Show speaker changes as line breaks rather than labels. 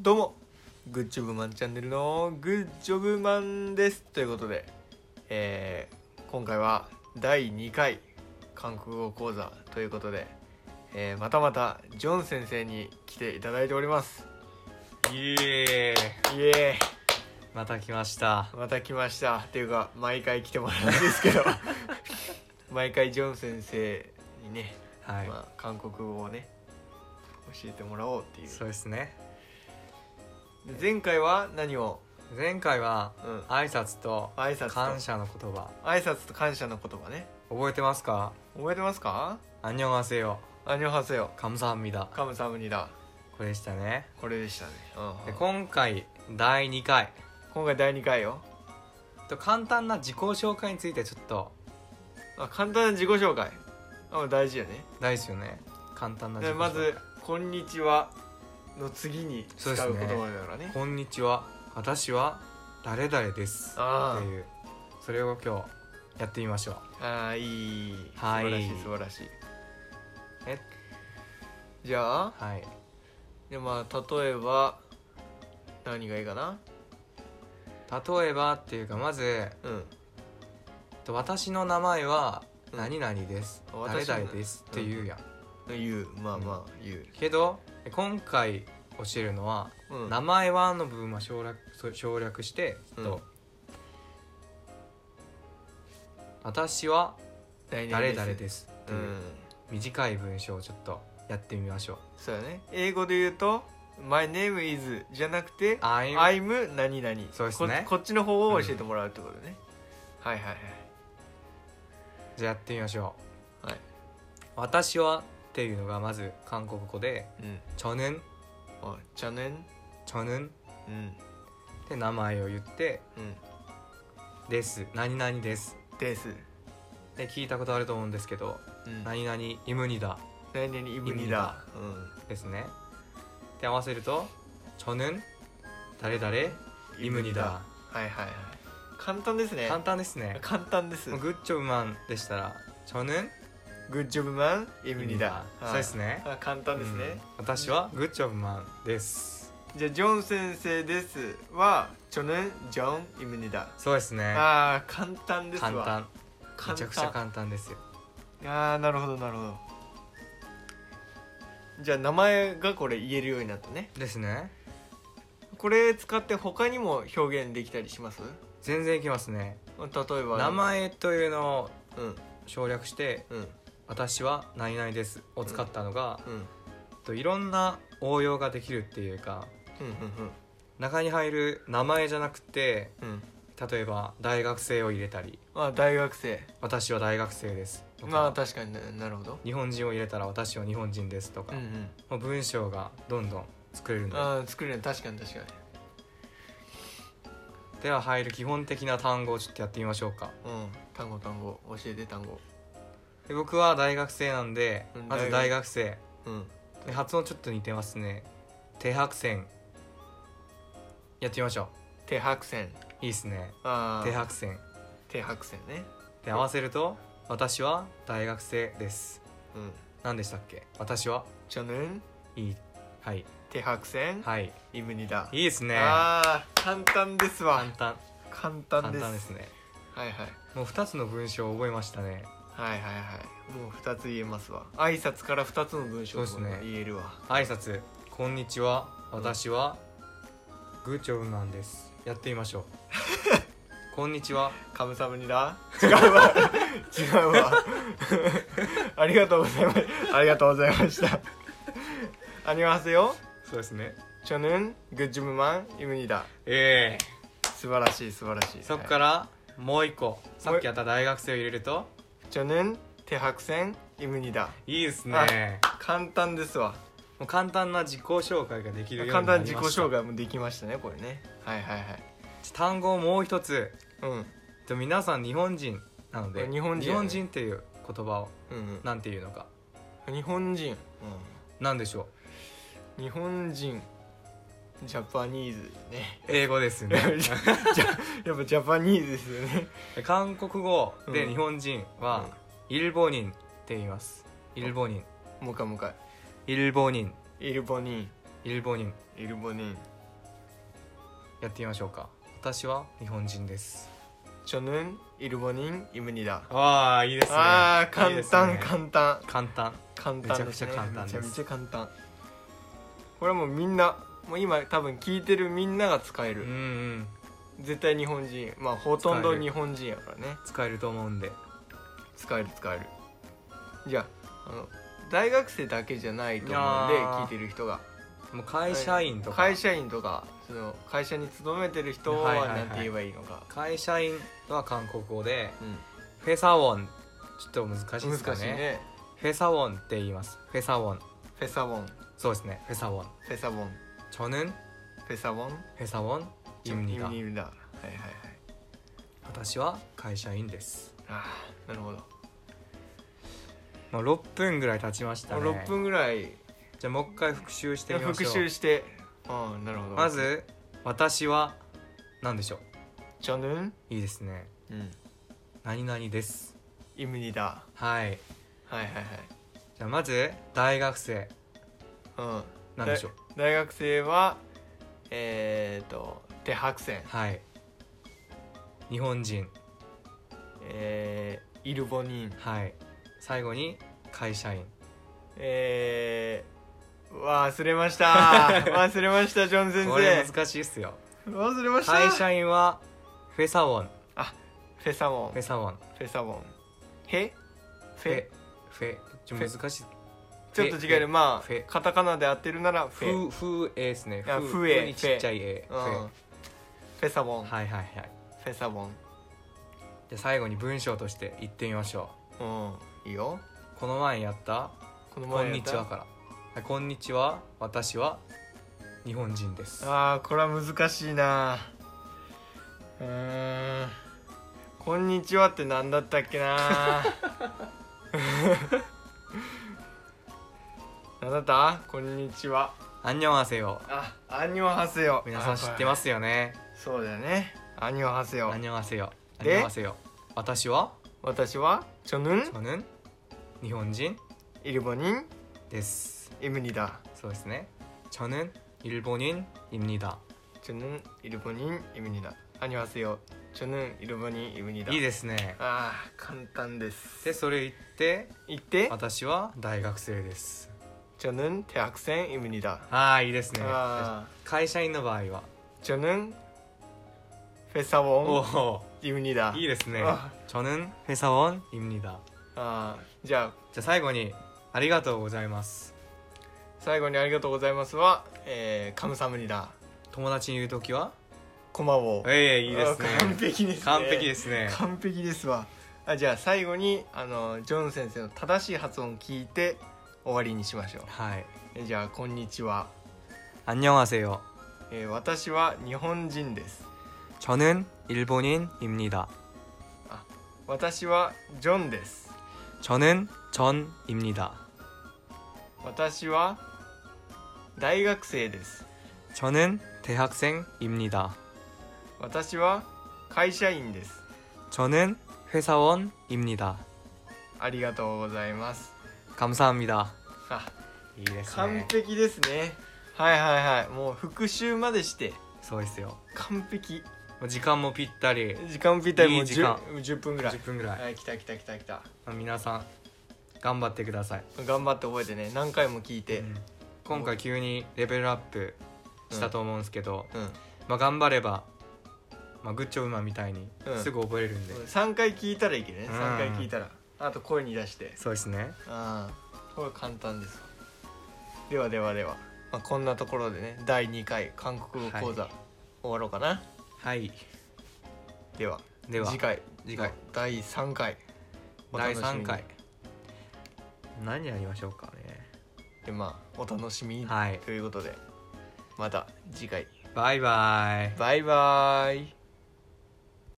どうもグッジョブマンチャンネルのグッジョブマンですということで、えー今回は第2回韓国語講座ということで、えーまたまたジョン先生に来ていただいております
イエーイ
イエ
また来ました
ーイまた来ましたっていうか毎回来てもらうんですけど 毎回ジョン先生にね、
はい、
まあ、韓国語をね教えてもらおうっていう
そうですね
で前回は何を、
前回は
うん、
挨拶と
挨拶と
感謝の言葉
挨拶と感謝の言葉ね
覚えてますか
覚えてますか
アンニョンハセヨ
アニョハセヨ
カムサハミダ
カムサムニだ
これでしたね
これでしたね、うん
で今回第2回
今回第2回よ
と簡単な自己紹介についてちょっと
あ簡単な自己紹介あ大事よね
大事よね簡単な
で
自己紹
ま
介
ず「こんにちは」の次に使
そううで
言
すね
葉だからね
こんにちは私は誰々です
あー
っていうそれを今日やってみましょう
ああいい素
はい
晴らしい素晴らしい
え
じゃあ
はい
でまあ例えば何がいいかな
例えばっていうかまず
うん
と私の名前は何々です、
うん
誰
私の
々ですって言うやん、
言うまあまあ言う、
けど今回教えるのは、
うん、
名前はの部分は省略そ省略して、
うん
と私は
誰
誰
々
々
す
ですって
う
いうん短い文章をちょっとやってみましょう
そうだね英語で言うと「My name is」じゃなくて
I'm
I'm 何々
そうですね
ここっちの方を教えてもらうってことね、はいはい
じゃあやってみましょう、
はい
私はっていうのがまず韓国語で
はいうん
「チョヌン
あチャネン
チョヌン」
うん
って名前を言って
う
「です何々です
んですう」
で聞いたことあると思うんですけど
ん何
何々イムニダ
々イブニだうん
ですねで合わせると「저는誰々イムニダ
はいはいはい簡単です」ね
簡単ですね
簡単です
もうグッチョブマンでしたら「저는
グッジョブマンイ
イ
ブニだ
そうですね
あ簡単です
う
ね
ん、私はグッチョブマンです
じゃあジョン先生ですはチョネンジョンイブニだ
そうですね
あー簡単ですわ
簡単
簡単
めちゃくちゃ簡単ですよ
あーなるほどなるほどじゃあ名前がこれ言えるようになったね
ですね
これ使って他にも表現できたりします
全然いきますね
例えば
名前というのを
うん
省略して
うん
「私は何々です」を使ったのが、
うん
といろんな応用ができるっていうか
うん
中に入る名前じゃなくて
うんうんうん
例えば大学生を入れたり
まあ大学生
私は大学生ですとか、
まあ確かにななるほど
日本人を入れたら私は日本人ですとか、
うんう
も
ん
う文章がどんどん作れるの
あー作れるの確かに確かに
では入る基本的な単語をちょっとやってみましょうか
うん単語単語教えて単語
で僕は大学生なんで
うん
まず大学生
うん
で発音ちょっと似てますね低白線やってみましょ
手白線
ういいですね
ああ
低白線
手白線ね
で合わせると私は大学生です
うん
何でしたっけ私は
チョヌン
いいはい
手白線
はい
イムニだ
いいですね
あー簡単ですわ
簡単
簡
簡
単です
単ですね
はいはい
もう2つの文章を覚えましたね
はいはいはいもう2つ言えますわ挨拶から2つの文章
そうですね
言えるわ、
挨拶こんにちは
うん
私は、グーチョウマンですやってみまし ょうこんにちは
カムサムニだ違うわ 違うわ ありがとうございますありがとうございましたアニハセヨ
そうですね
チョヌングッジムマンイムニだ
ええ
素晴らしい素晴らしい
そっからら、もう一個さっきやった大学生を入れると
チョヌン手白線イムニだ
いいですね
簡単ですわ
もう簡単な自己紹介ができるようにな
簡
りました
単に自己紹介もできましたねこれねはいはいはい
単語をもう一つ
うん
でも皆さん日本人なので
日本人やね
っていう言葉を
うん、
なんていうのか
うん、日本人、
なんでしょう
日本人ジャパニーズ ね
英語です
やっ
ね
ぱジャパニーズですよね
韓国語
う
で
ん
日本人は、イルボニンって言いますイルボニン
もう一回もう一回
イルボニン
イルボニン
イルボニン
イルボニン
やってみましょうか私は日本人です
저는일본인입니다
ああいいですね
あー簡単
いいですね
簡単
簡単
簡単ですね
めちゃくちゃ簡単です
めちゃめちゃ簡単これはもうみんなもう今多分聞いてるみんなが使え
う
る
ん、うん
絶対日本人まあほとんど日本人やからね
使えると思うんで
使える使えるじゃああの大学生だけじゃないと思うん
い
で
やー
聞いてる人が
もう会社員とか、
会社員とかその会社に勤めてる人
はい
は
はいはい
何て言えばいいのか、
会社員は韓国語でフェサウォンちょっと難しい
うん、
ですか
難
ね
しいね
フェサウォンって言いますフェサウォン
フェサボン
そうですねフェサウォン
フェサボン
저는
フェサボン
フェサウォン
チ
입
ムニ
니
ーだ
다
はいはいはい
私は会社員です
ああなるほど、
もう6分ぐらい経ちましたね
もう6分ぐらい
じゃあもう一回復習してみましょう
復習してああなるほど
まず私は何でしょ
チョヌン
ういいですね
うん
何々です
イムニーだ
はい
はいはい
じゃあまず大学生
はいうん
何でしょう
大学生はえっ、ー、と手白線
はい日本人
えー、イルボニン
はい最後に会社員
えー、忘れま した忘れましたジョン先
これ
生
難しいっすよ
忘れました
会社員はフェサウォン
フェサモン
フェサウォン
フェサモンへフ
フェ
ェ
フェちょ
フ
難
ェ
しい
ちょっと違えるま
フ
あ
ェ
カタカナで合ってるならフ
フ
ェ
ーフーエですね
あ
ー
フーエ
ーにちっちゃいエフ
うん
ェ
フェサモンフ
はいはいはい
ェサモン
で最後に文章として言ってみましょ
うんいいよ
うこの前やった
こ
「
の
こ
前
ん
やっ
に
た
ちは」からはい「こんにちは私は日本人です」
あーこれは難しいなうーんこんにちはって何だったっけな 何だったこんにちは
「あんにょんあせよ
あアンニョンハセヨ」
皆さん知ってますすよね
そうだよねアンニョンハセ
「
ヨ
あんにょんあせよ」「あんに
で
ょんあせよ」私は
私はチョヌン
저는日本人
イルボニン
です
イムニだ
そうですね저는일본인입니다
チョヌンイルボニンイムニだアンニョンハセヨチョヌンイルボニンイムニだ
いいですね
あー簡単です
でそれ言って
言って
私は大学生です
저는 대학생입니다.
ああいいですね
아,
会社員の場合は
저는
お
회사원입니다.
おいいですね
あ
저는회사원입니다
あじゃあ
じゃあ最後にありがとうございます
最後にありがとうございますは、えー、カムサムニダ。
友達に言うときは
こまぼう。
ええいいですね
あ完璧ですね。。
完璧ですすね
完璧ですわ。あじゃあ最後にあのジョン先生の正しい発音を聞いて終わりにしましょう
はい
え。じゃあこんにちは。
안녕하세요
えー、私は日本人です。
저는일본인입니다
私はジョンです。
저는전입니다
私は大学生です。
저는대학생입니다
私は会社員です
저는회사원입니다
ありがとうございます
감사합니다
あ
いいです
完
ね
璧ですねはいはいはいもう復習までして
そうですよ
完璧
もう時間もぴったり
時間ぴったりもう
いい時間
10, 10分ぐらい
10分ぐらい、
はい来た来た来た来た
まあ皆さん頑張ってください、
頑張って覚えてね何回も聞いて
うん今回急にレベルアップしたと思うんですけど、
うん、
まあ、頑張れば、まあ、グッチョブマンみたいに
うん
すぐ覚えれるんで、
3回聞いたらいいけどね
うん
3回聞いたらあと声に出して
そうですね
ああこれ簡単ですわではではでは、まあ、こんなところでね第2回韓国語講座、
はい
終わろうかな
はい
では
では
次回
次回
第3回お楽
第
しみに
3回何やりましょうかね
でまあお楽しみに
はい
ということでまた次回
バイバイ
バイバーイ